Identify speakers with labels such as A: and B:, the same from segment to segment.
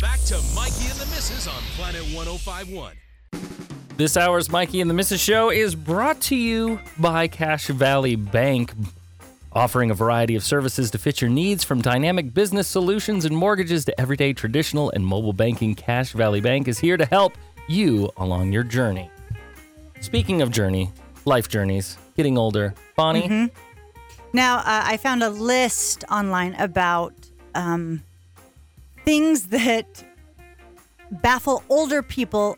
A: back to Mikey and the Misses on Planet 1051.
B: This hour's Mikey and the Mrs. Show is brought to you by Cash Valley Bank, offering a variety of services to fit your needs from dynamic business solutions and mortgages to everyday traditional and mobile banking. Cash Valley Bank is here to help you along your journey. Speaking of journey, life journeys, getting older, Bonnie,
C: Mm-hmm. Now, uh, I found a list online about um, things that baffle older people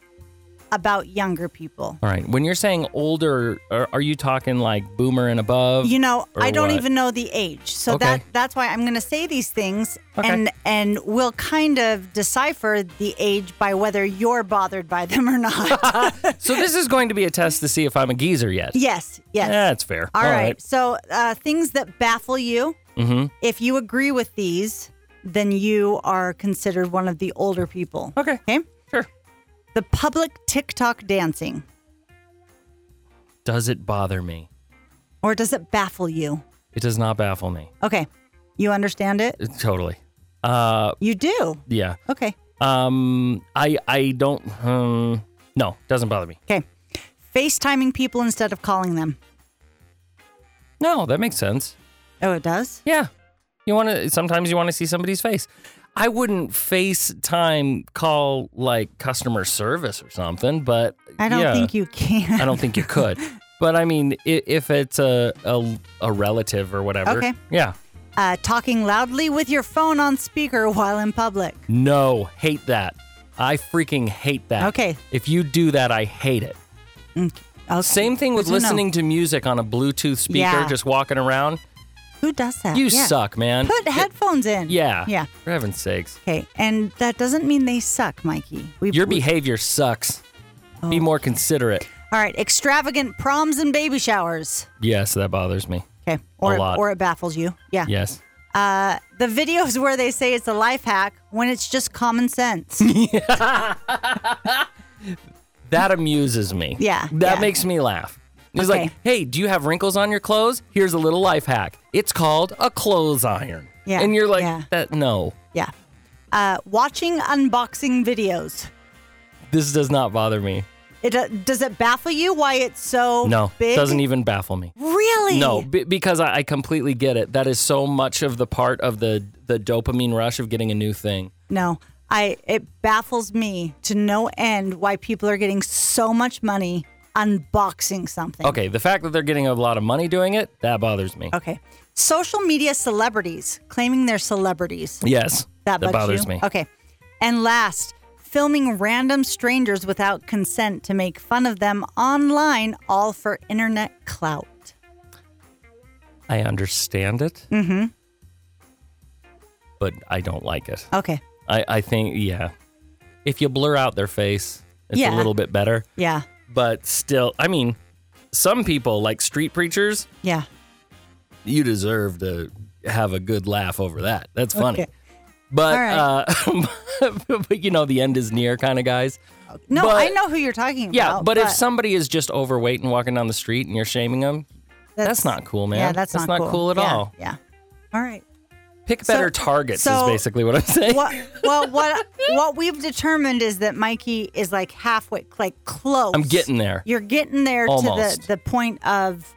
C: about younger people.
B: all right, when you're saying older, are, are you talking like boomer and above?
C: You know,
B: Or
C: I don't
B: what?
C: even know the age, so
B: Okay.
C: that that's why I'm going to say these things,
B: Okay.
C: and and we'll kind of decipher the age by whether you're bothered by them or not.
B: so this is going to be a test to see if I'm a geezer yet.
C: yes, yes.
B: That's fair.
C: All right. So uh, things that baffle you.
B: Mm-hmm.
C: If you agree with these, then you are considered one of the older people.
B: Okay.
C: Okay.
B: Sure.
C: The public TikTok dancing,
B: Does it bother me?
C: or does it baffle you?
B: It does not baffle me.
C: Okay. You understand it?
B: It- Totally. Uh,
C: You do.
B: yeah.
C: Okay.
B: Um, I I don't. Um, no, doesn't bother me.
C: Okay. FaceTiming people instead of calling them.
B: No, that makes sense.
C: Oh, it does?
B: Yeah. You want to. Sometimes you want to see somebody's face. I wouldn't FaceTime call like customer service or something, but
C: I don't
B: yeah,
C: think you can.
B: I don't think you could. But I mean, i- if it's a a, a relative or whatever.
C: Okay.
B: Yeah.
C: Uh, talking loudly with your phone on speaker while in public.
B: No, hate that. I freaking hate that.
C: Okay.
B: If you do that, I hate it.
C: Okay.
B: Same thing with
C: Good to know.
B: listening to music on a Bluetooth speaker,
C: Yeah.
B: just walking around.
C: Who does that?
B: You
C: Yeah.
B: suck, man.
C: Put headphones in.
B: yeah.
C: Yeah.
B: For heaven's sakes.
C: Okay. And that doesn't mean they suck, Mikey. We,
B: Your
C: we-
B: behavior sucks. Be
C: Oh.
B: more considerate.
C: All right. Extravagant proms and baby showers.
B: Yes, that bothers me.
C: Okay. Or,
B: A lot.
C: or it baffles you. Yeah.
B: Yes.
C: Uh, the videos where they say it's a life hack when it's just common sense.
B: That amuses me.
C: Yeah,
B: That
C: yeah.
B: makes me laugh. It's
C: Okay.
B: like, hey, do you have wrinkles on your clothes? Here's a little life hack. It's called a clothes iron.
C: Yeah,
B: And you're like,
C: yeah.
B: that no.
C: yeah. Uh, watching unboxing videos.
B: This does not bother me.
C: It, uh, does it baffle you why it's so
B: No.
C: Oh, big?
B: Doesn't even baffle me.
C: Really?
B: No, b- because I, I completely get it. That is so much of the part of the the dopamine rush of getting a new thing.
C: No. I it baffles me to no end why people are getting so much money unboxing something.
B: Okay, the fact that they're getting a lot of money doing it that bothers me.
C: Okay. Social media celebrities claiming they're celebrities.
B: Yes,
C: That, bugs
B: bothers
C: you?
B: me.
C: Okay. And last, filming random strangers without consent to make fun of them online, all for internet clout.
B: I understand it, mm-hmm. but I don't like it.
C: Okay.
B: I I think yeah, if you blur out their face, it's
C: Yeah.
B: a little bit better.
C: Yeah.
B: But still, I mean, some people like street preachers.
C: Yeah.
B: You deserve to have a good laugh over that. That's funny.
C: Okay.
B: But
C: All
B: uh, but you know the end is near kind of guys.
C: No,
B: But-
C: I know who you're talking
B: Yeah,
C: about.
B: but, if somebody is just overweight and walking down the street and you're shaming them, that's not cool, man.
C: Yeah, that's,
B: not, cool. at
C: Yeah,
B: all.
C: Yeah. All right.
B: Pick
C: So-
B: better targets
C: so-
B: is basically what I'm saying.
C: What, well, what what we've determined is that Mikey is like halfway, like close.
B: I'm getting there.
C: You're getting there to
B: Almost.
C: the the point of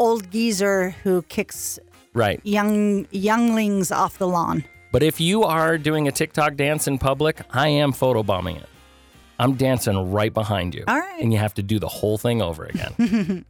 C: old geezer who kicks
B: Right.
C: young younglings off the lawn.
B: But if you are doing a TikTok dance in public, I am photobombing it. I'm dancing right behind you.
C: All right.
B: And you have to do the whole thing over again.